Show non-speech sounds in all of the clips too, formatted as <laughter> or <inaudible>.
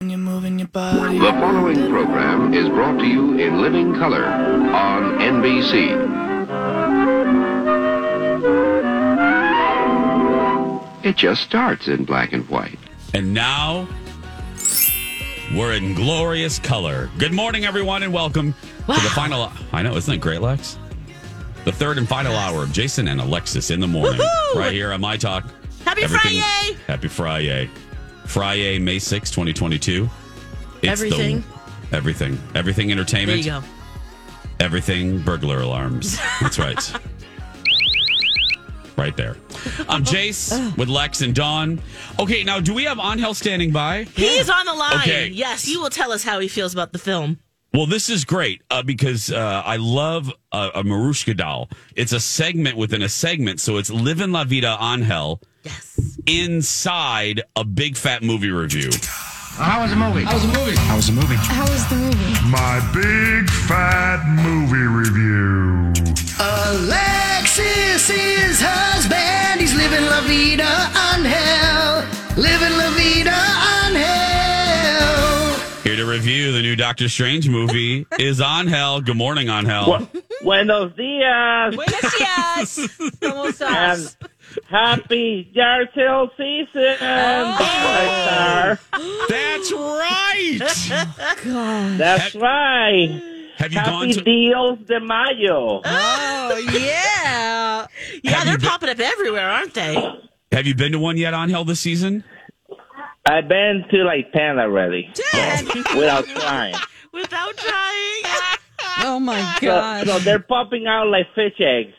When you're moving your body. The following program is brought to you in living color on NBC. It just starts in black and white. And now we're in glorious color. Good morning, everyone, and welcome to the final. I know, isn't it great, Lex? The third and final hour of Jason and Alexis in the morning, right here on My Talk. Happy Everything- Friday! Happy Friday. Friday, May sixth, 2022. It's Everything. The, everything. Everything There entertainment. you go. Everything burglar alarms. That's right. right there. I'm Jace with Lex and Dawn. Okay, now, do we have Angel standing by? He's on the line. Okay. Yes, you will tell us how he feels about the film. Well, this is great uh, because uh, I love uh, a Marushka doll. It's a segment within a segment, so it's Livin' La Vida on Hell Yes. inside a big fat movie review. How was the movie? How was the movie? My big fat movie review. Alexis is husband. He's living La Vida on hell. Living La Vida on hell. Here to review the new Doctor Strange movie is On Hell. Good morning, On Hell. Buenos dias. Buenos dias. <laughs> Como Um, estás? Happy Yard Sale season. Oh. Five star. That's right. That's right. Have you gone Happy to? Deals de Mayo. Oh, yeah. Yeah, Have they're you been- popping up everywhere, aren't they? have you been to one yet, On Hell, this season? I've been to like 10 already without trying. Without trying. Oh my So, god. so they're popping out like fish eggs.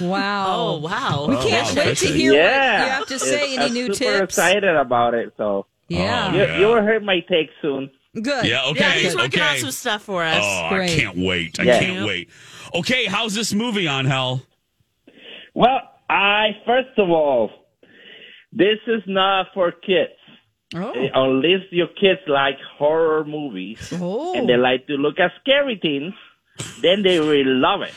Wow. Oh, wow. We can't wow, wait that's to a- hear what yeah. you have to say. It's- Any I'm new super tips? excited about it. So Yeah. Oh, you, yeah. you will hear my take soon. Good. Yeah. Okay. Yeah, he's working on okay. some stuff for us. oh, I Great. can't wait. I Yeah. can't wait. Okay, how's this movie, On Hell? Well, I, first of all, this is not for kids. Oh. unless your kids like horror movies Oh. and they like to look at scary things, then they will love it.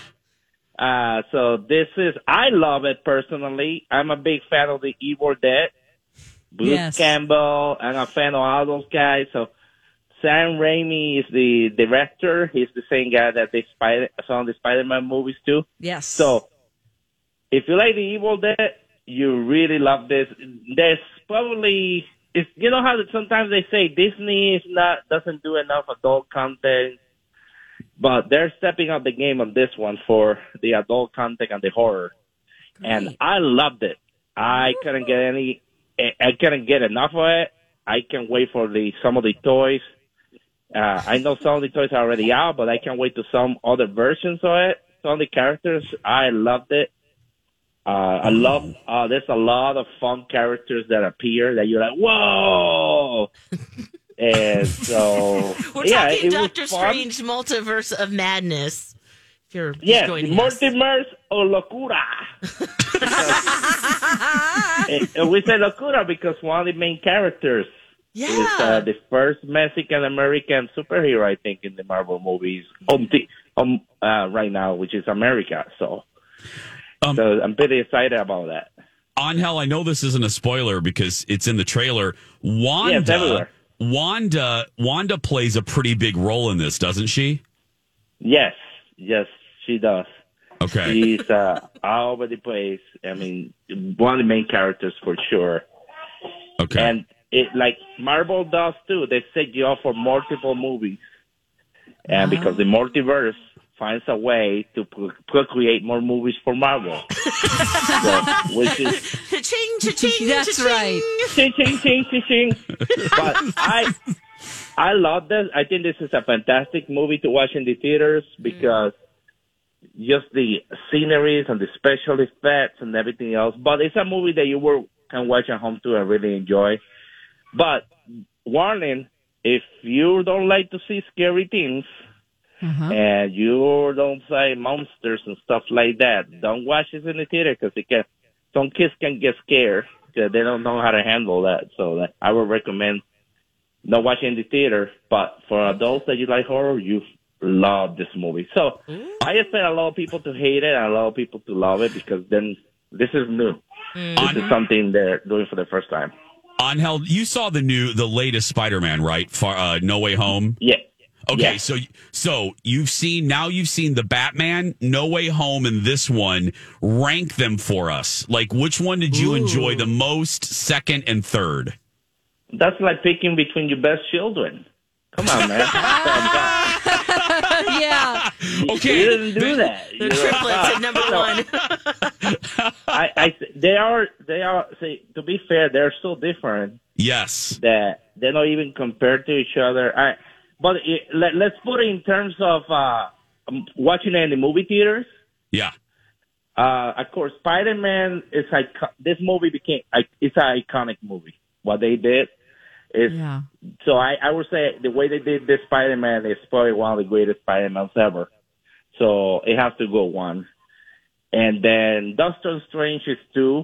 Uh, so this is, I love it personally. I'm a big fan of the Evil Dead, Bruce Yes. Campbell. I'm a fan of all those guys. So Sam Raimi is the director. He's the same guy that they Spider, some of the Spider-Man movies too. Yes. So, if you like the Evil Dead, you really love this. There's probably it's, you know how that sometimes they say Disney is not doesn't do enough adult content, but they're stepping up the game on this one for the adult content and the horror. And Great. I loved it. I couldn't get any. I I couldn't get enough of it. I can't wait for the some of the toys. Uh, I know some of the toys are already out, but I can't wait to some other versions of it. Some of the characters, I loved it. Uh, I love. Uh, there's a lot of fun characters that appear that you're like, whoa. <laughs> and so, We're yeah, talking it was Doctor fun. Strange Multiverse of Madness. If you're just Yes, going multiverse or <laughs> locura. and, and we say locura because one of the main characters yes. is Yeah. uh, the first Mexican American superhero, I think, in the Marvel movies um, the, um, uh, right now, which is America. So, Um, so I'm pretty excited about that. on hell i know this isn't a spoiler because it's in the trailer wanda everywhere. wanda wanda plays a pretty big role in this doesn't she Yes, yes, she does. okay She's uh, <laughs> all over the place. I mean, one of the main characters for sure. okay And it like Marvel does too. They set you up for multiple movies, and because the multiverse finds a way to pro- procreate more movies for Marvel, So, which is Ching, cha-ching, That's cha-ching. right. Ching, ching, ching, ching, ching. but I I love this. I think this is a fantastic movie to watch in the theaters because just the sceneries and the special effects and everything else. But it's a movie that you will, can watch at home too and really enjoy. But warning, if you don't like to see scary things and you don't say monsters and stuff like that, don't watch this in the theater because it can, some kids can get scared because they don't know how to handle that. So that, I would recommend not watching in the theater. But for adults that you like horror, you love this movie. So Mm. I expect a lot of people to hate it and a lot of people to love it because then this is new. This is something they're doing for the first time. Angel, you saw the new, the latest Spider-Man, right? Far, uh, no Way Home. Yeah. Okay, Yeah. so so you've seen now you've seen the Batman, No Way Home, and this one. Rank them for us. Like, which one did you enjoy the most? Second and third. That's like picking between your best children. Come on, man. <laughs> yeah. You didn't do that. The triplets at <laughs> number one. I, I, they are, they are. See, to be fair, they're so different. Yes. That they're not even compared to each other. I, but it, let, let's put it in terms of uh, um, watching it in the movie theaters. Yeah. Uh, of course, Spider Man is icon- this movie became I- it's an iconic movie. What they did is Yeah. so I, I would say the way they did this Spider Man is probably one of the greatest Spider Mans ever. So it has to go one. And then Doctor Strange is two.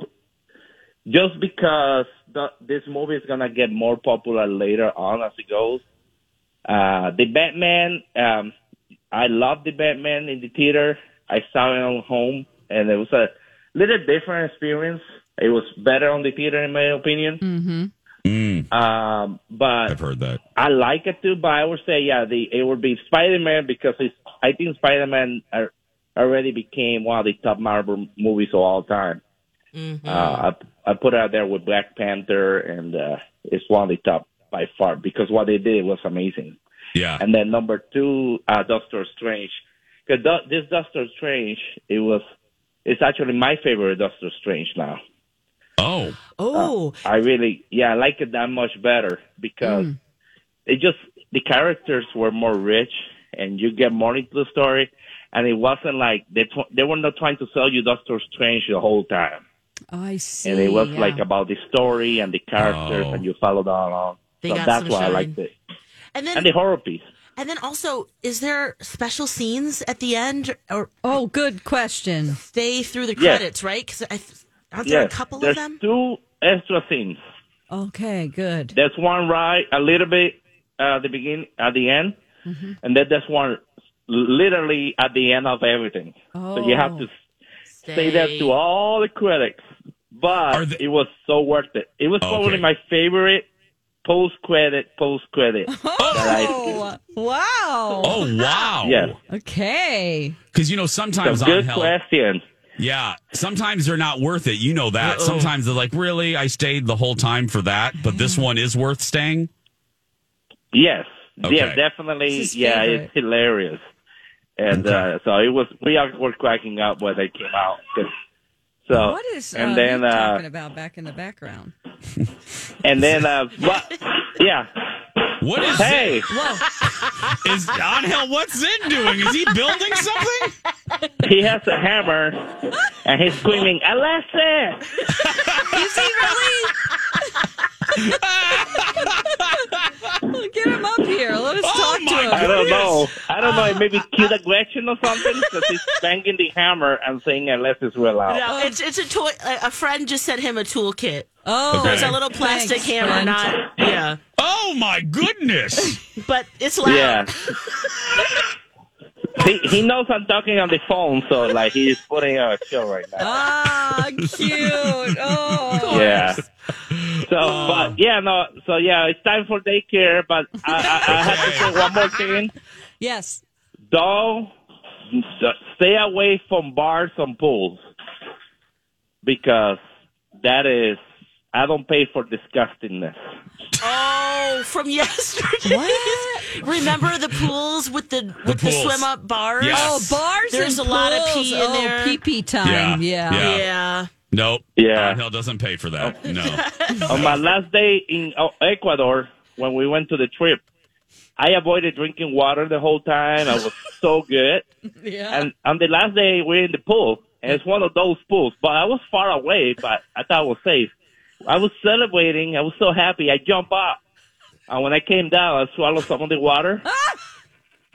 Just because the, this movie is gonna get more popular later on as it goes. Uh, the Batman, um, I love the Batman in the theater. I saw it on home, and it was a little different experience. It was better on the theater, in my opinion. Mm-hmm. Um, but I've Mm, heard that. I like it too, but I would say yeah, the it would be Spider Man because it's, I think Spider Man already became one of the top Marvel movies of all time. Uh, I I put out there with Black Panther, and uh, it's one of the top by far because what they did was amazing. Yeah. And then number two, uh, Doctor Strange, because this Doctor Strange, it was it's actually my favorite Doctor Strange now. Oh. Oh. I really, yeah, I like it that much better because Mm. it just the characters were more rich, and you get more into the story, and it wasn't like they tw- they were not trying to sell you Doctor Strange the whole time, Oh, I see. and it was yeah. like about the story and the characters, Oh. and you followed that along. They so got that's some why I shine. liked it, And and then, the horror piece. and then also, is there special scenes at the end, or Oh, good question. stay through the Yes. credits? Right? Because aren't there Yes, a couple there's of them? two extra scenes. Okay, good. There's one right a little bit uh, at the begin at the end, and then there's one literally at the end of everything. So you have to s- stay there to all the critics. But it was so worth it. It was probably Okay. my favorite post credit post credit. Oh, wow. Oh wow. Yes. Okay. Because you know sometimes So good Angel- question. Yeah, sometimes they're not worth it. You know that. Uh-oh. Sometimes they're like, really, I stayed the whole time for that, but Mm. this one is worth staying. Yes. Okay. Yeah, definitely. It's his Yeah, favorite. it's hilarious. And uh, so it was. We all were cracking up when they came out. 'Cause- So What is uh, and then Nick uh, talking about back in the background? <laughs> and then uh, what? Yeah. What <laughs> is Hey, Whoa. it? Is Angel? What's it doing? Is he building something? he has a hammer, and he's screaming, "Alexa!" Is he really? Get him up here. Let us talk Oh my to him. I don't know. I don't know. Uh, It maybe cute aggression or something because he's banging the hammer and saying "Alexa" real loud. Oh. No, it's it's a toy. a- A friend just sent him a toolkit. Oh, Okay. It's a little plastic Thanks, hammer, friend. not yeah. Oh my goodness! But it's loud. Yeah. he, he knows I'm talking on the phone, so like he's putting on a show right now. Ah, cute. <laughs> Oh, Yeah. So, but yeah, no. So yeah, it's time for daycare. But I, I, I have to say one more thing. yes. Don't uh, stay away from bars and pools because that is I don't pay for disgustingness. Oh, from <laughs> yesterday. Remember the pools with the with the, pools. swim up bars? Yes. Oh, bars There's and a lot of pools. pee in Oh, there. pee-pee time. Yeah, Yeah. yeah. Oh. Nope. Yeah. Hell doesn't pay for that. No. <laughs> On my last day in uh, Ecuador, when we went to the trip, I avoided drinking water the whole time. I was so good. Yeah. And on the last day, we're in the pool, and it's one of those pools. But I was far away, but I thought I was safe. I was celebrating. I was so happy. I jumped up, and when I came down, I swallowed some of the water.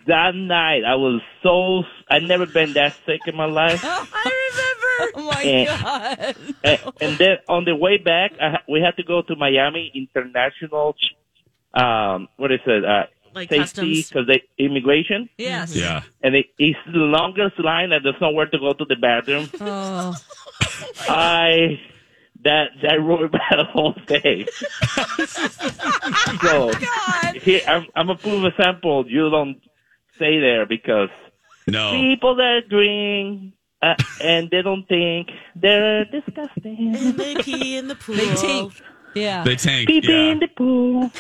that night, I was so I never been that sick in my life. <laughs> I remember. Oh <laughs> my Yeah. god. and, Eh, and then on the way back, I, ha- we had to go to Miami International. Um, what is it? Uh, Like safety customs. because they immigration. Yes. Yeah. And it, it's the longest line, and there's nowhere to go to the bathroom. Oh. I that that ruined <laughs> my whole day. so here, I'm, I'm a proof example. You don't stay there because No. people that drink uh, and they don't think they're disgusting. And they pee in the pool. They tink. Yeah. They tank. Pee pee Yeah. in the pool.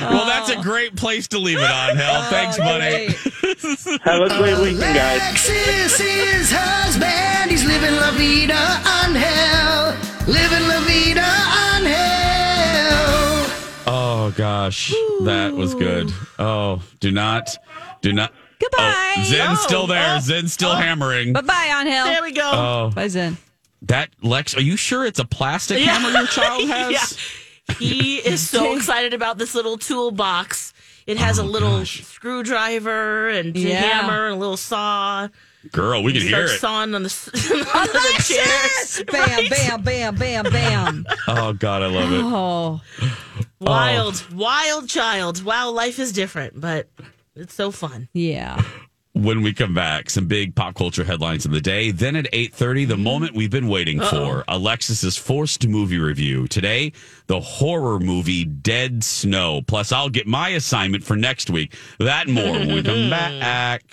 Well, that's a great place to leave it on, Hell. Thanks, buddy. Have a great weekend, guys. Alexis is husband. He's living La Vida on hell. Living La Vida on hell. Oh gosh, that was good. Oh, do not, do not. Goodbye. Oh, Zen's Oh, still there. oh, Zen's still hammering. Bye bye, on hell. There we go. Oh. Bye, Zen. That Lex, are you sure it's a plastic Yeah. hammer your child has? <laughs> He is so excited about this little toolbox. It has a little screwdriver and Oh Yeah. hammer and a little saw. Girl, we can He hear starts it. sawing on the, s- <laughs> on the chairs. Oh Bam, <laughs> Right? bam, bam, bam, bam. Oh God, I love it. oh. Wild, wild child. Wow, life is different, but it's so fun. <laughs> Yeah. When we come back, some big pop culture headlines of the day. Then at eight thirty, the moment we've been waiting for, Alexis's forced movie review today. The horror movie Dead Snow. Plus, I'll get my assignment for next week. That and more when we come back.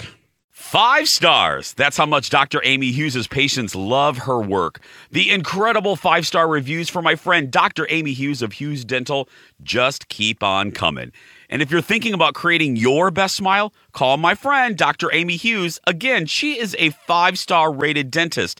Five stars. That's how much Dr. Amy Hughes' patients love her work. The incredible five star reviews for my friend Dr. Amy Hughes of Hughes Dental just keep on coming. And if you're thinking about creating your best smile, call my friend Dr. Amy Hughes. Again, she is a five star rated dentist.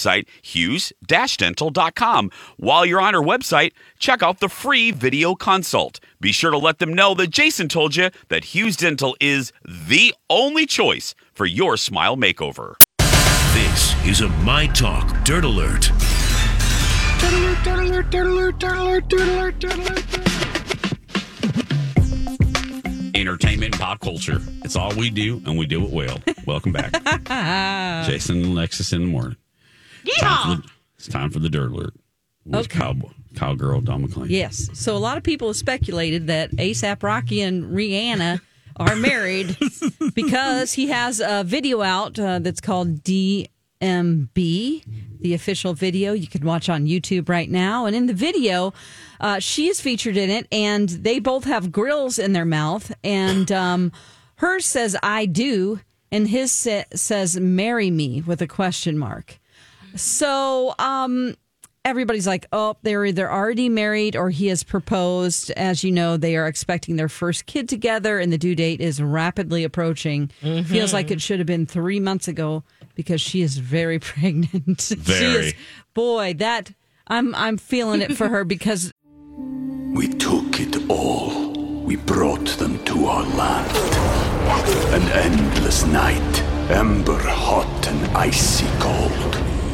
hughes-dental.com. While you're on her website, check out the free video consult. Be sure to let them know that Jason told you that Hughes Dental is the only choice for your smile makeover. This is a My Talk Dirt Alert. Entertainment and pop culture. It's all we do, and we do it well. Welcome back. Jason and Lexus in the morning. Time for the- it's time for the dirt alert. With Okay. Cowboy, cowgirl Don McLean. Yes. So a lot of people have speculated that ASAP Rocky and Rihanna are married because he has a video out uh, that's called DMB, the official video you can watch on YouTube right now. And in the video, uh, she is featured in it, and they both have grills in their mouth. And um, hers says, I do, and his sa- says, marry me with a question mark. So, um, everybody's like, oh, they're either already married or he has proposed. As you know, they are expecting their first kid together, and the due date is rapidly approaching. Feels like it should have been three months ago, because she <laughs> is very pregnant. she Very. is, boy, that I'm I'm feeling it for her because We took it all. We brought them to our land. An endless night, ember hot and icy cold.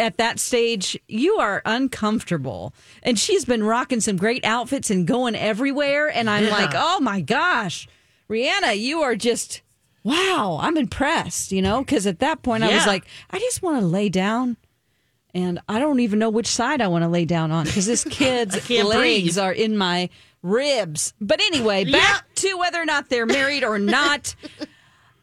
at that stage you are uncomfortable. And she's been rocking some great outfits and going everywhere. And I'm Yeah. like, oh my gosh, Rihanna, you are just wow. I'm impressed. You know, because at that point I was Yeah. like, I just want to lay down. And I don't even know which side I want to lay down on because <laughs> this kid's can't legs breathe. are in my ribs. But anyway, back to whether or not they're married or not.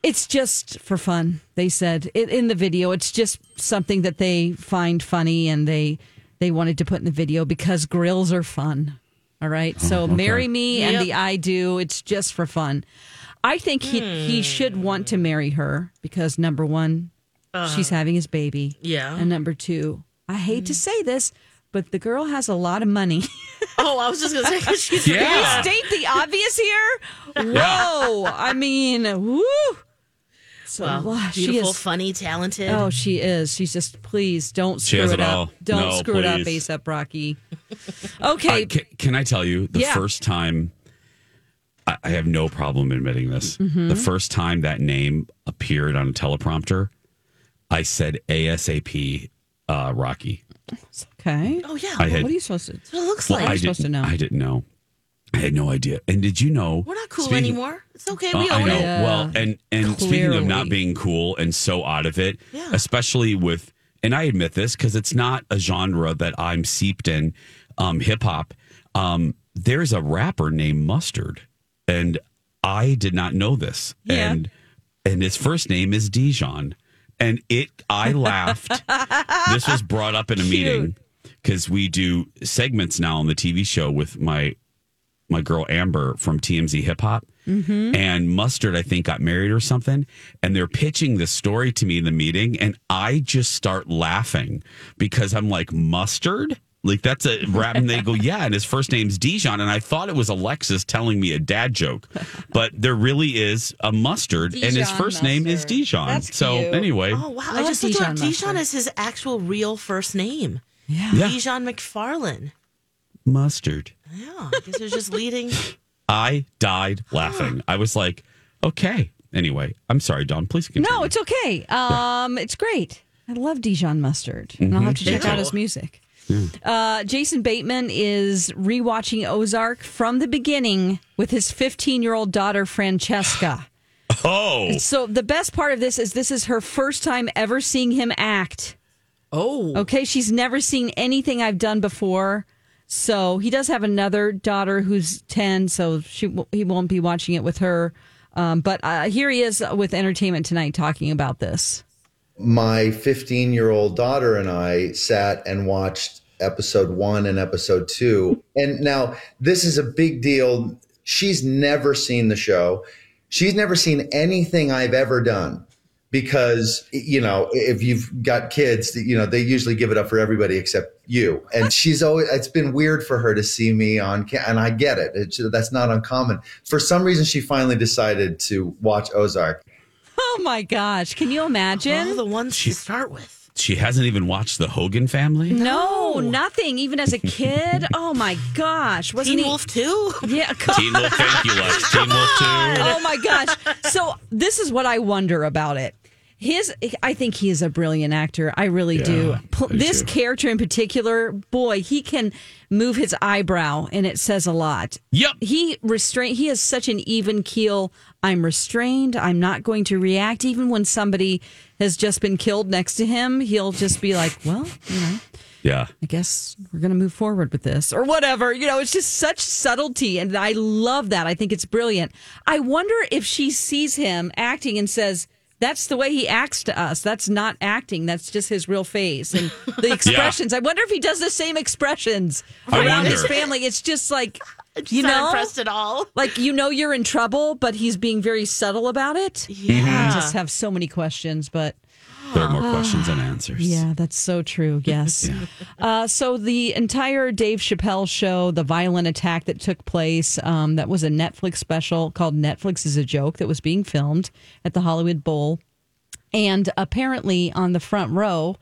It's just for fun, they said it, in the video. It's just something that they find funny and they they wanted to put in the video because grills are fun. All right, so okay. marry me Yep. and the I do. It's just for fun. I think he Hmm. he should want to marry her because number one, she's Uh-huh. having his baby. Yeah. Hmm. and number two, I hate to say this, but the girl has a lot of money. <laughs> Oh, I was just gonna say 'cause she's Can yeah. we state the obvious here? Yeah. Whoa! I mean, woo! So <laughs> Well, wow, beautiful, funny, talented. Oh, she is. She's just please don't She screw has it it, up. all. Don't No, screw it up, please. ASAP <laughs> Rocky. Okay, I- can, can I tell you the Yeah. first time? I, I have no problem admitting this. Mhm. The first time that name appeared on a teleprompter, I said ASAP uh, Rocky. okay. Oh yeah. I had- what are you supposed to? That's what it looks Well, like. I didn't- I didn't know. I had no idea. And did you know? We're not cool Speaking- anymore. It's okay. Uh, We I own know. it. Well, and and speaking of Clearly. not being cool and so out of it, Yeah. especially with, and I admit this because it's not a genre that I'm seeped in, um, hip hop. Um, there's a rapper named Mustard, and I did not know this. Yeah. And and his first name is Dijon, and it I laughed. this was <laughs> brought up in a meeting because we do segments now on the TV show with my my girl Amber from TMZ Hip Hop. Mhm. And Mustard, I think, got married or something. And they're pitching this story to me in the meeting. And I just start laughing because I'm like, Mustard? Like, that's a rap. And they go, Yeah. And his first name's Dijon. And I thought it was Alexis telling me a dad joke, but there really is a Mustard. and his Dijon first name is Dijon. so, anyway. Oh wow! I Love just looked it up. Dijon Dijon is his actual real first name. Yeah. Yeah. Dijon McFarlane. Mustard. Yeah. I guess it was just <laughs> leading. I died laughing. I was like, Okay. Anyway, I'm sorry, Don. Please continue. No, it's okay. Um, it's great. I love Dijon mustard, and I'll have to Mhm. check Me out too. his music. Uh, Jason Bateman is rewatching Ozark from the beginning with his 15 year old daughter Francesca. <laughs> Oh. So the best part of this is this is her first time ever seeing him act. Oh. Okay, she's never seen anything I've done before. So he does have another daughter who's 10, so she he won't be watching it with her. Um, but uh, here he is with Entertainment Tonight talking about this. my 15 year old daughter and I sat and watched episode one and episode two. And now this is a big deal. She's never seen the show, she's never seen anything I've ever done. Because you know, if you've got kids, you know they usually give it up for everybody except you. And she's always it's been weird for her to see me on, ca- and I get it. It's, that's not uncommon. For some reason, she finally decided to watch Ozark. Oh my gosh. Can you imagine? Oh, the ones to start with. She hasn't even watched the Hogan family? No, nothing. Even as a kid. Oh my gosh. Wasn't Teen he... Wolf too? <laughs> Yeah. Teen Wolf, <laughs> thank you, Lex. Teen Wolf too. Oh my gosh. So this is what I wonder about it. His, I think he is a brilliant actor. I really do. Yeah, Pl- this character in particular, boy, he can move his eyebrow, and it says a lot. Yep. He restrain. He has such an even keel. I'm restrained. I'm not going to react, even when somebody has just been killed next to him. He'll just be like, "Well, you know, Yeah. I guess we're going to move forward with this or whatever. You know, it's just such subtlety. And I love that. I think it's brilliant. I wonder if she sees him acting and says, that's the way he acts to us. That's not acting. That's just his real face and <laughs> the expressions. I wonder if he does the same expressions I around wonder. his family. It's <laughs> just like, you not know, impressed at all. Like you know, you're in trouble, but he's being very subtle about it. Yeah. I just have so many questions, but There are more questions than answers. Ah. yeah, that's so true. <laughs> Yes. uh, so the entire Dave Chappelle show, the violent attack that took place, um, that was a Netflix special called "Netflix is a Joke" that was being filmed at the Hollywood Bowl, and apparently on the front row,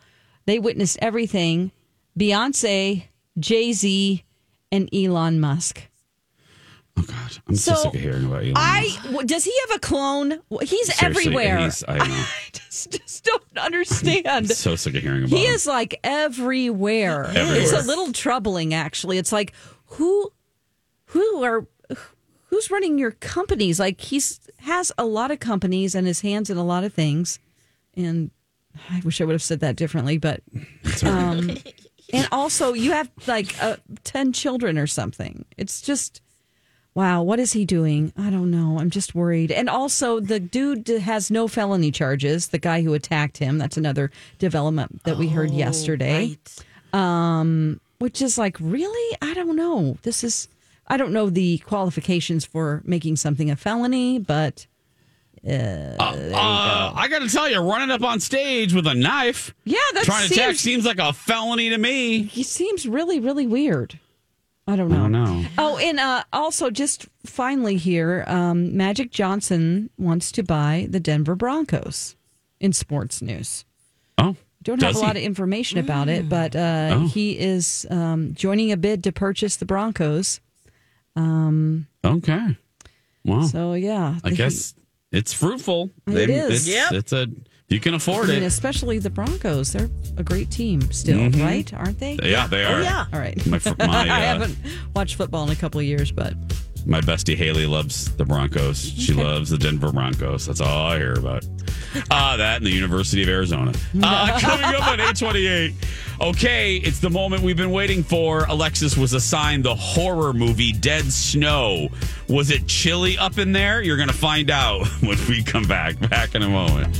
they witnessed everything: Beyonce, Jay Z, and Elon Musk. Oh, I'm so, So, sick of hearing about Elon. I w- does he have a clone? He's Seriously, everywhere. he's- <laughs> I know. just, just don't understand. I'm so sick of hearing about He him. is like everywhere. He is. It's a little troubling, actually. It's like who, who are, who's running your companies? Like he's has a lot of companies and his hands in a lot of things. And I wish I would have said that differently, but, um, and also you have like uh, ten children or something. It's just. Wow, what is he doing? I don't know. I'm just worried. And also, the dude has no felony charges. The guy who attacked him. That's another development that we heard yesterday. Um, which is like, really? I don't know. This is. I don't know the qualifications for making something a felony, but Uh, I got to tell you, running up on stage with a knife, yeah, that's trying to attack seems like a felony to me. He seems really, really weird. I don't know. I don't know. Oh, and uh, also, just finally here, um, Magic Johnson wants to buy the Denver Broncos in sports news. Oh, don't have does a lot he? of information about it, but uh, Oh. he is um, joining a bid to purchase the Broncos. Um, Okay. Wow. So, yeah, I the- guess it's fruitful. It It's, is. Yep. it's a you can afford I mean, it. especially the Broncos. They're a great team still, Mhm. right? Aren't they? Yeah, they Oh, are. yeah. All right. My fr- <laughs> my, I uh, haven't watched football in a couple of years, but My bestie Haley loves the Broncos. She loves the Denver Broncos. That's all I hear about. Ah, that and the University of Arizona. Uh, coming up at 828. Okay, it's the moment we've been waiting for. Alexis was assigned the horror movie Dead Snow. Was it chilly up in there? You're going to find out <laughs> when we come back. Back in a moment.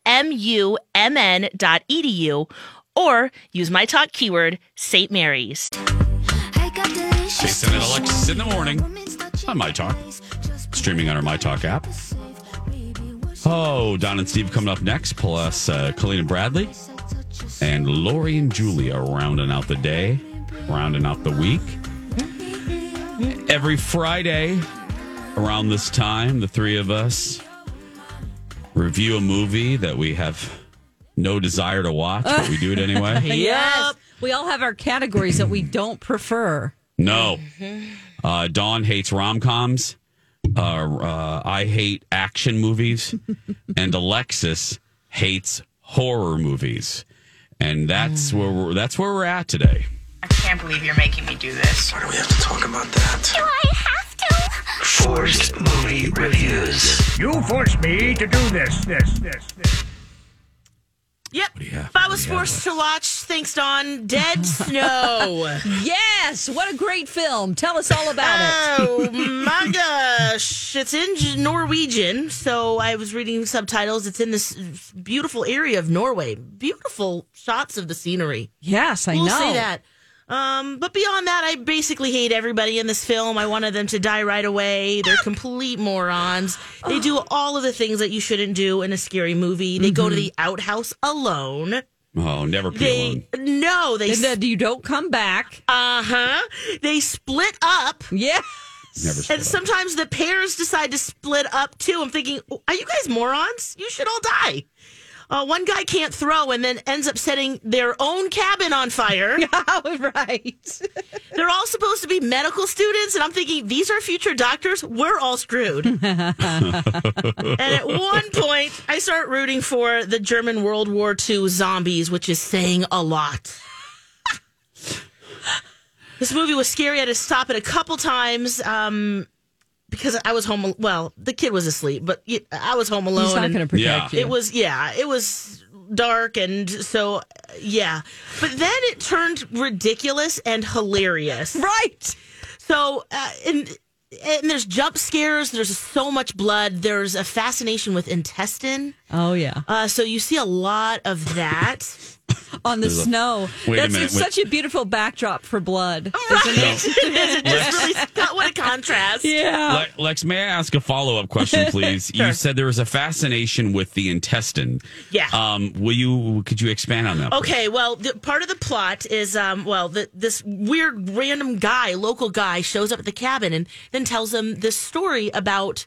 smumn.edu E or use my talk keyword, St. Mary's. Jason and Alexis in the morning on My Talk, streaming on our My Talk app. Oh, Don and Steve coming up next, plus uh, Colleen and Bradley, and Lori and Julia rounding out the day, rounding out the week. Every Friday around this time, the three of us review a movie that we have no desire to watch, but we do it anyway. yes. We all have our categories that we don't prefer. No. Mm-hmm. Uh, Dawn hates rom coms. Uh, uh, I hate action <laughs> movies. and Alexis hates horror movies. And Ah. that's where we're, that's where we're at today. I can't believe you're making me do this. Why do we have to talk about that? Do I have to? Forced movie reviews. You forced me to do this, this, this, this. Yep. What do you have? Follow was Yeah. forced to watch, thanks Don, <laughs> Dead Snow. yes, what a great film. Tell us all about it. Oh my gosh. It's in J- Norwegian. So I was reading subtitles. It's in this beautiful area of Norway. Beautiful shots of the scenery. <laughs> Yes, I we'll know. say that. Um, but beyond that, I basically hate everybody in this film. I wanted them to die right away. They're complete morons. They do all of the things that you shouldn't do in a scary movie. They go to Mm-hmm. the outhouse alone. Oh, never pee alone. They no, they said you don't come back. Uh huh. They split up. <laughs> Yeah. <laughs> Never And sometimes the pairs decide to split up too. I'm thinking, are you guys morons? You should all die. Uh, one guy can't throw and then ends up setting their own cabin on <laughs> fire. right. They're all supposed to be medical students, and I'm thinking, these are future doctors. We're all <laughs> screwed. And at one point, I start rooting for the German World War II zombies, which is saying a lot. this movie was scary. I had to stop it a couple times um, because I was home. al- Well, the kid was asleep, but y- I was home alone. He's not and gonna protect Yeah. you. It was yeah, it was dark, and so uh, yeah. But then it turned ridiculous and hilarious. Right. So uh, and and there's jump scares. There's so much blood. There's a fascination with intestine. Oh, yeah. Uh, so you see a lot of that <laughs> On the There's a- snow. Wait a That's minute, it's wait- such a beautiful backdrop for blood. Is <laughs> it just really what a contrast? Yeah. Le- Lex, may I ask a follow up <laughs> question, please? You said there was a fascination with the intestine. Yeah. Um, will you? Could you expand on that? Okay, well, the, part of the plot is, um, well, the, this weird random guy, local guy, shows up at the cabin and then tells them this story about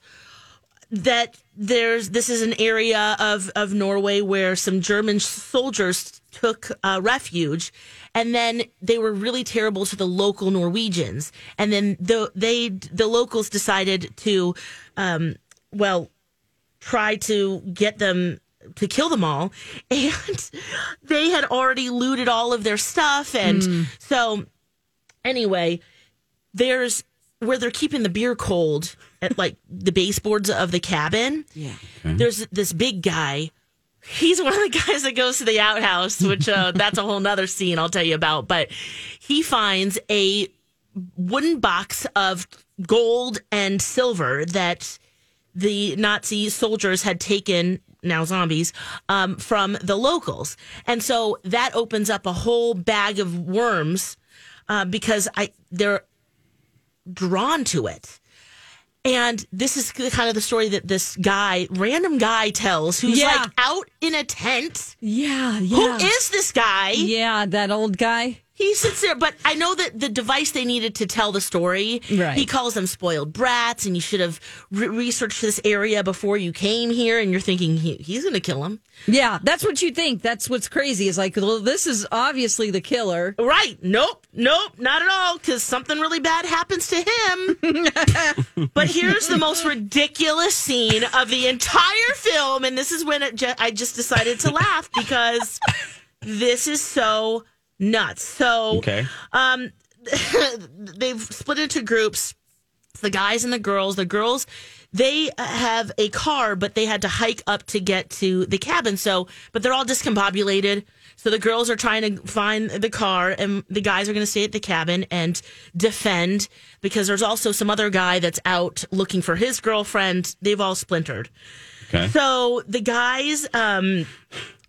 that there's this is an area of of Norway where some German soldiers took uh, refuge, and then they were really terrible to the local Norwegians, and then the they the locals decided to, um, well, try to get them to kill them all <laughs> and they had already looted all of their stuff and Mm. so anyway there's where they're keeping the beer cold at like the baseboards of the cabin Yeah. there's this big guy he's one of the <laughs> guys that goes to the outhouse which uh, that's a whole nother scene i'll tell you about but he finds a wooden box of gold and silver that the Nazi soldiers had taken now zombies um, from the locals, and so that opens up a whole bag of worms uh, because I they're drawn to it. And this is the- kind of the story that this guy, random guy, tells who's Yeah. like out in a tent. Yeah, Who yeah. is this guy? Yeah, that old guy. He sits there, but I know that the device they needed to tell the story, Right. he calls them spoiled brats, and you should have re- researched this area before you came here. And you're thinking he, he's going to kill him, Yeah, that's what you think. That's what's crazy. Is like, well, this is obviously the killer. right? Nope, nope, not at all, because something really bad happens to him. but here's the most ridiculous scene of the entire film, and this is when it ju- I just decided to laugh because this is so nuts. So Okay. um, <laughs> they've split into groups the guys and the girls the girls they uh, have a car but they had to hike up to get to the cabin so but they're all discombobulated so the girls are trying to find the car and the guys are going to stay at the cabin and defend because there's also some other guy that's out looking for his girlfriend they've all splintered Okay. so the guys um,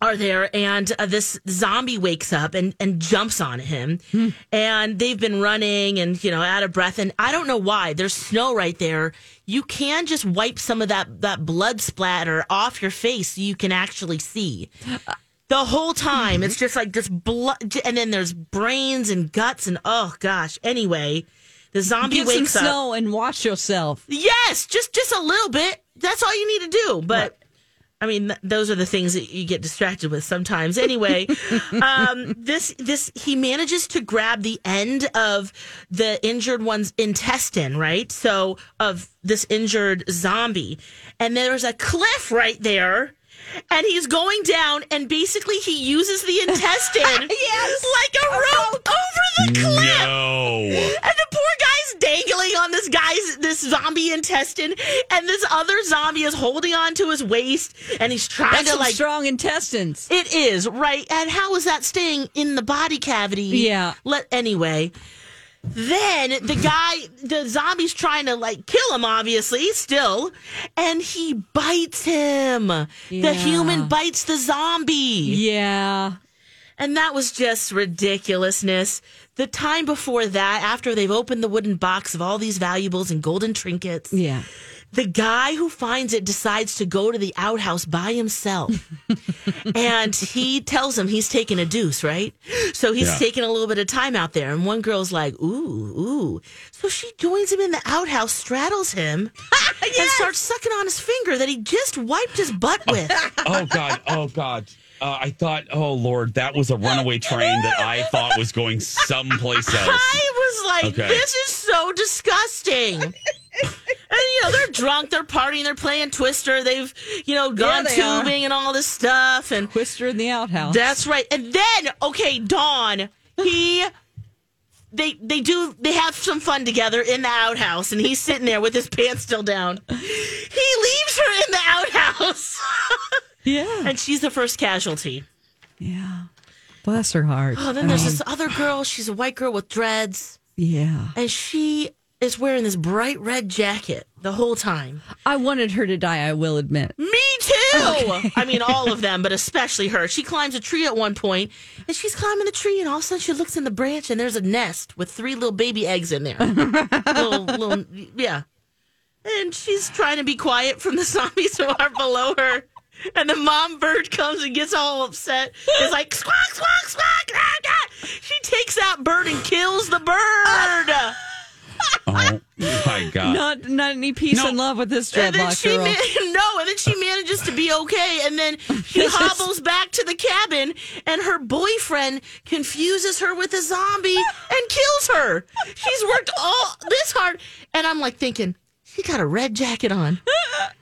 are there, and uh, this zombie wakes up and, and jumps on him. Hmm. And they've been running and, you know, out of breath. And I don't know why. There's snow right there. You can just wipe some of that, that blood splatter off your face so you can actually see. The whole time, it's just like just blood. And then there's brains and guts, and oh gosh. Anyway, the zombie Get wakes some up. snow and wash yourself. Yes, just just a little bit. That's all you need to do. But I mean, th- those are the things that you get distracted with sometimes. Anyway, um, this this he manages to grab the end of the injured one's intestine, right? So of this injured zombie, and there's a cliff right there. And he's going down, and basically he uses the intestine Yes. like a rope over the cliff. No. And the poor guy She's dangling on this guy's this zombie intestine, and this other zombie is holding on to his waist, and he's trying That's to some like strong intestines. It is right, and how is that staying in the body cavity? Yeah. Let anyway. Then the guy, the zombie's trying to like kill him, obviously, still, and he bites him. Yeah. The human bites the zombie. Yeah. And that was just ridiculousness. The time before that, after they've opened the wooden box of all these valuables and golden trinkets, Yeah. the guy who finds it decides to go to the outhouse by himself. and he tells him he's taking a deuce, right? So he's Yeah. taking a little bit of time out there. And one girl's like, ooh, ooh. So she joins him in the outhouse, straddles him, and starts sucking on his finger that he just wiped his butt with. oh god oh god uh, i thought oh lord that was a runaway train that i thought was going someplace else I was like, Okay. this is so <laughs> disgusting. and you know, they're drunk, they're partying, they're playing Twister, they've, you know, gone they are. tubing and all this stuff and Twister in the outhouse. That's right. And then, okay, Dawn, he they they do they have some fun together in the outhouse and he's sitting there with his pants still down. He leaves her in the outhouse. <laughs> yeah. And she's the first casualty. Yeah. Bless her heart. Oh, I then there's mean, this other girl, she's a white girl with dreads. Yeah. and she is wearing this bright red jacket the whole time. I wanted her to die, I will admit. Me too. <laughs> I mean, all of them, but especially her. She climbs a tree at one point, and she's climbing the tree, and all of a sudden she looks in the branch, and there's a nest with three little baby eggs in <laughs> there. little, little, yeah. And she's trying to be quiet from the <laughs> zombies who are below her. And the mom bird comes and gets all upset. It's like squawk, squawk, squawk. Ah, ah. She takes that bird and kills the <laughs> bird. oh my god Not not any peace and love with this And then dreadlock she girl. man- <laughs> no, and then she manages to be okay, and then she hobbles back to the cabin, and her boyfriend confuses her with a zombie and kills her. She's worked all this hard, and I'm like thinking. She got a red jacket on.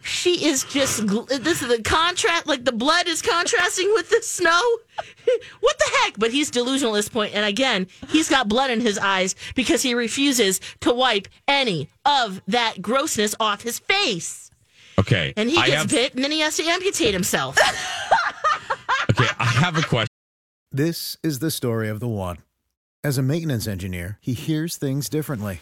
She is just. gl- This is the contrast. Like the blood is contrasting with the snow. <laughs> What the heck? But he's delusional at this point, and again, he's got blood in his eyes because he refuses to wipe any of that grossness off his face. okay And he i gets have bit, and then he has to amputate himself. okay i have a question This is the story of the one. As a maintenance engineer, he hears things differently.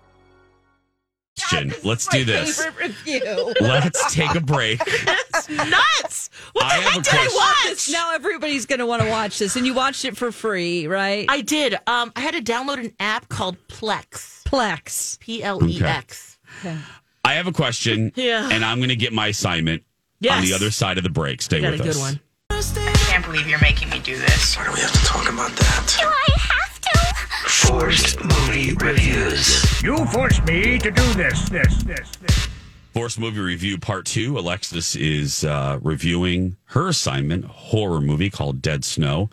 let's do this review. let's take a break That's nuts. What I the have heck a did I question. watch? Now everybody's going to want to watch this, and you watched it for free, right? I did. Um, I had to download an app called Plex. Plex. P L E X. i have a question Yeah. and i'm gonna get my assignment on Yes. the other side of the break stay with us I can't believe you're making me do this. Why do we have to talk about that? Do I have to? Forced movie reviews. You forced me to do this, this, this, this. Forced Movie Review Part 2. Alexis is uh, reviewing her assignment, a horror movie called Dead Snow.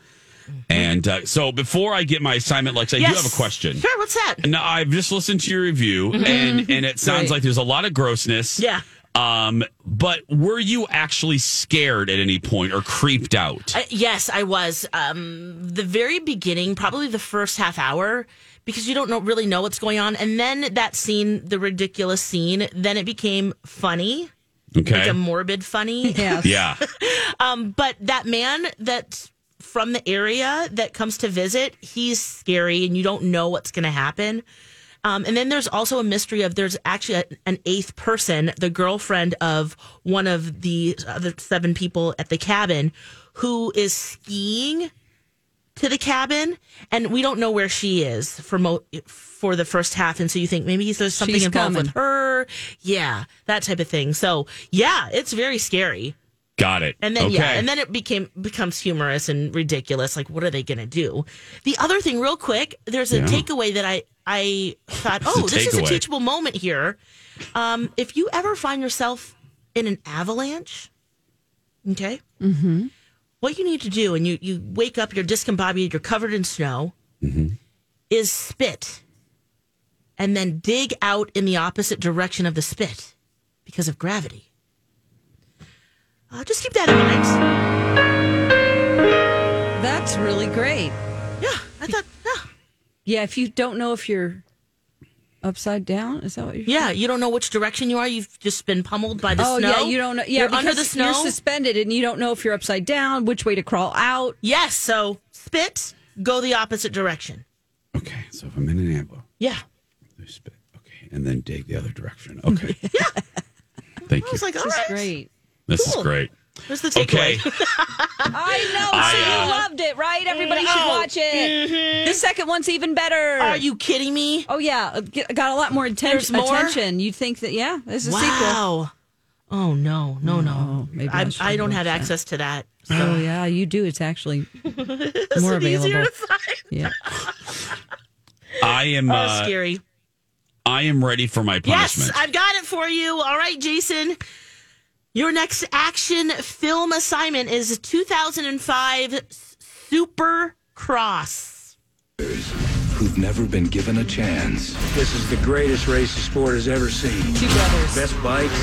And uh, so before I get my assignment, Lex, I do Mm-hmm. Yes. have a question. Sure, what's that? Now, I've just listened to your review, Mhm. and, and it sounds Right. like there's a lot of grossness. Yeah. Um, but were you actually scared at any point or creeped out? I, Uh, yes, I was. Um, the very beginning, probably the first half hour, because you don't know, really know what's going on. And then that scene, the ridiculous scene, then it became funny. Okay. Like a morbid funny. Yeah. um, but that man that's from the area that comes to visit, he's scary and you don't know what's going to happen. Um, and then there's also a mystery of there's actually a, an eighth person, the girlfriend of one of the other seven people at the cabin, who is skiing to the cabin, and we don't know where she is for mo- for the first half. And so you think maybe there's something She's involved coming. with her, yeah, that type of thing. So yeah, it's very scary. Got it. <laughs> And then yeah, Okay. and then it became becomes humorous and ridiculous. Like, what are they gonna do? The other thing, real quick, there's a Yeah. takeaway that I I thought, It's a oh, this is a takeaway. teachable moment here. Um, if you ever find yourself in an avalanche, okay, Mm-hmm. what you need to do, and you you wake up, you're discombobulated, you're covered in snow, Mm-hmm. is spit, and then dig out in the opposite direction of the spit because of gravity. Uh, just keep that in mind. That's really great. Yeah, I thought. Yeah, if you don't know if you're upside down, is that what you're? Yeah, you don't know which direction you are. You've just been pummeled by the oh snow. yeah, you don't know. Yeah, you're under the because snow. You're suspended, and you don't know if you're upside down, which way to crawl out. yes, so spit, go the opposite direction. Okay, so if I'm in an ambo, Yeah, and then dig the other direction. <laughs> Okay. Thank I you. was like, all This is right, great. This cool. <laughs> is great. Where's the Okay. takeaway? I know. I, so uh, you loved it, right? Everybody should Oh, watch it. The second one's even better. Are you kidding me? Oh yeah, it get- got a lot more, There's atten- more? attention. You'd think that yeah, this is a sequel. Oh, Wow. Oh no, no, no. maybe I I, should I, don't watch have that. access to that. Oh yeah, you do. <laughs> It's actually It's more easier available. to find. Yeah. I <laughs> am Oh, uh, scary. I am ready for my punishment. Yes, I've got it for you. All right, Jason. Your next action film assignment is 2005 Super Cross. who've never been given a chance. This is the greatest race the sport has ever seen. Two brothers. Best bikes,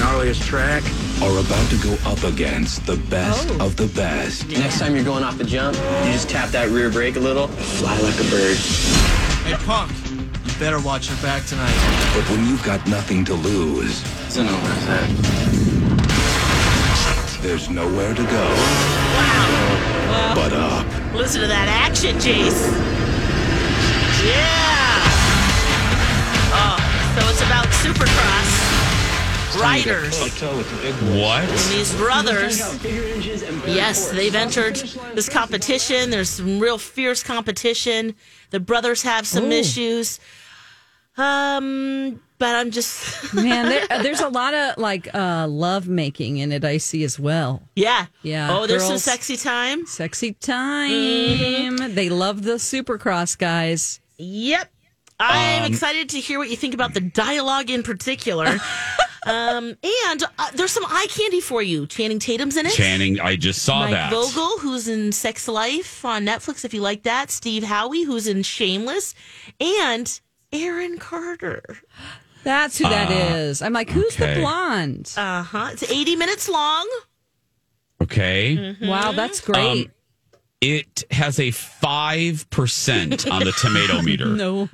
gnarliest track. Are about to go up against the best Oh. of the best. Next time you're going off the jump, you just tap that rear brake a little, fly like a bird. Hey, punk, you better watch your back tonight. But when you've got nothing to lose, it's not worth it. There's nowhere to go Wow. but up. Listen to that action, Jace. Yeah. Oh, so it's about Supercross riders. What? And these brothers, yes, they've entered this competition. There's some real fierce competition. The brothers have some Ooh. issues. Um, but I'm just <laughs> Man, there, there's a lot of like uh, love making in it. I see as well. yeah, Yeah. Oh, there's some girls- sexy time. Sexy time. Mm-hmm. They love the supercross guys. Yep. I'm Um, excited to hear what you think about the dialogue in <laughs> particular. um, and uh, there's some eye candy for you. Channing Tatum's in it. Channing, I just saw Mike that. Vogel, who's in Sex Life on Netflix, if you like that. Steve Howie, who's in Shameless, and Aaron Carter. That's who that Ah, is. I'm like, who's okay. the blonde? Uh huh. It's 80 minutes long. Okay. Mm-hmm. Wow, that's great. Uh-huh. <laughs> Um, it has a five percent on the tomato meter. no.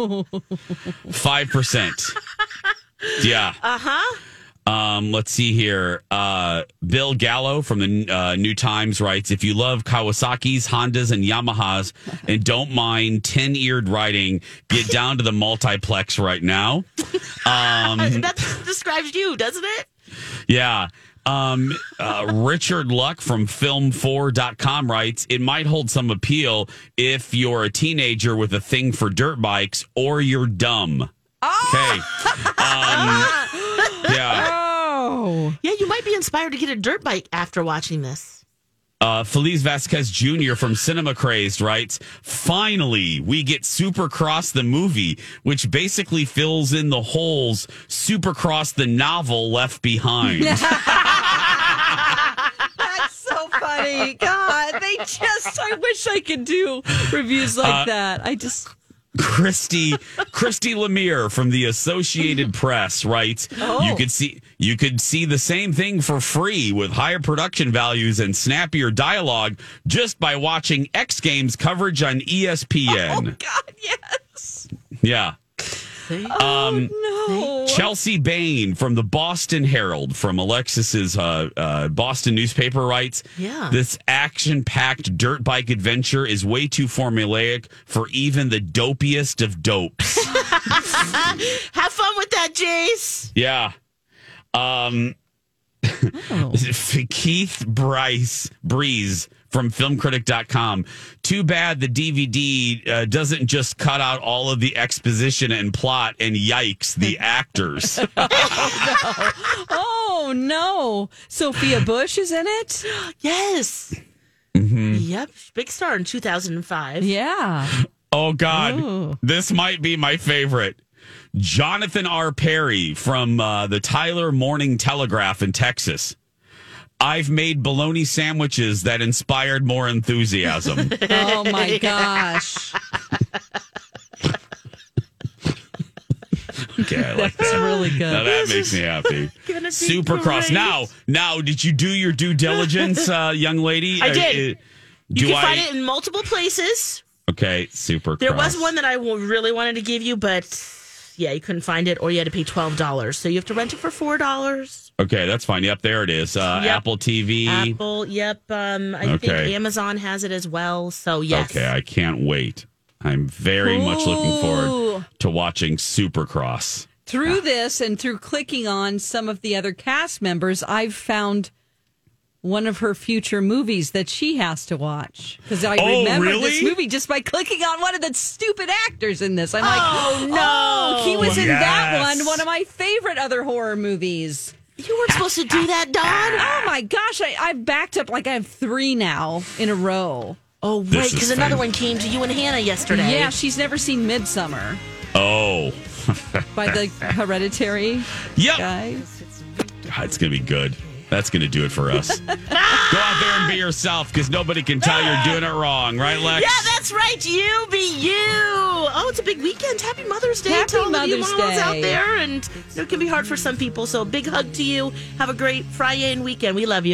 Five percent. Yeah. Uh huh. Um, let's see here. Uh, Bill Gallo from the uh, New Times writes If you love Kawasaki's, Hondas, and Yamahas and don't mind 10 eared riding, get down to the multiplex right now. Um, Uh, That <laughs> describes you, doesn't it? yeah. Um, uh, Richard Luck from film4.com writes It might hold some appeal if you're a teenager with a thing for dirt bikes or you're dumb. Okay. Um, yeah. Oh. Yeah, you might be inspired to get a dirt bike after watching this. Uh, Feliz Vasquez Jr. from Cinema Crazed writes, Finally, we get Supercross the movie, which basically fills in the holes Supercross the novel left <laughs> behind. That's so funny. God, they just, I wish I could do reviews like Uh, that. I just, Christy Christy Lemire from the Associated Press writes, Oh. "You could see you could see the same thing for free with higher production values and snappier dialogue just by watching X Games coverage on E ESPN." God, yes. Yeah. Um, no. Chelsea Bain from the Boston Herald, from Alexis's uh, uh, Boston newspaper, writes Yeah. This action packed dirt bike adventure is way too formulaic for even the dopiest of dopes. Have fun with that, Jace. Yeah. Um, <laughs> Keith Bryce Breeze from filmcritic.com. Too bad the DVD uh, doesn't just cut out all of the exposition and plot and yikes, the actors. oh, no. oh no! Sophia Bush is in it. Yes. Mm-hmm. Yep. Big star in 2005. Yeah. Oh God, this might be my favorite. Jonathan R. Perry from uh, the Tyler Morning Telegraph in Texas. I've made bologna sandwiches that inspired more enthusiasm. Oh <laughs> my gosh. okay, I <laughs> like That's that. really good. Now that This makes is me happy. gonna be Supercross. great. Now, now, did you do your due diligence, uh, young lady? I Uh, did. uh, You do can I? find it in multiple places. okay, Supercross. There was one that I wa- really wanted to give you, but yeah, you couldn't find it, or you had to pay twelve dollars. So you have to rent it for four dollars. Okay, that's fine. Yep, there it is. Uh, Yep. Apple TV. Apple. Yep. Um, I think E. Okay. Amazon has it as well. So yes. Okay, I can't wait. I'm very much looking Ooh. forward to watching Supercross. Through this and through clicking on some of the other cast members, I've found one of her future movies that she has to watch because I Oh, remember really? this movie just by clicking on one of the stupid actors in this. I'm like, Oh, no. oh, he was in that Yes. one, one of my favorite other horror movies. You weren't supposed to do that, Ah. Don. Oh my gosh, I, I've backed up like I have three now in a row. Oh This right, is 'cause another fun. one came to you and Hannah yesterday. Yeah, she's never seen Midsummer Oh. by the Hereditary Yep. guys. God, it's going to be good. That's going to do it <laughs> for us. Go out there and be yourself because nobody can tell you're doing it wrong, right, Lex? Yeah, that's right. You be you. Oh, it's a big weekend. Happy Mother's Day Happy to all of you Mother's moms out Day. there, and you know, it can be hard for some people. So, big hug to you. Have a great Friday and weekend. We love you.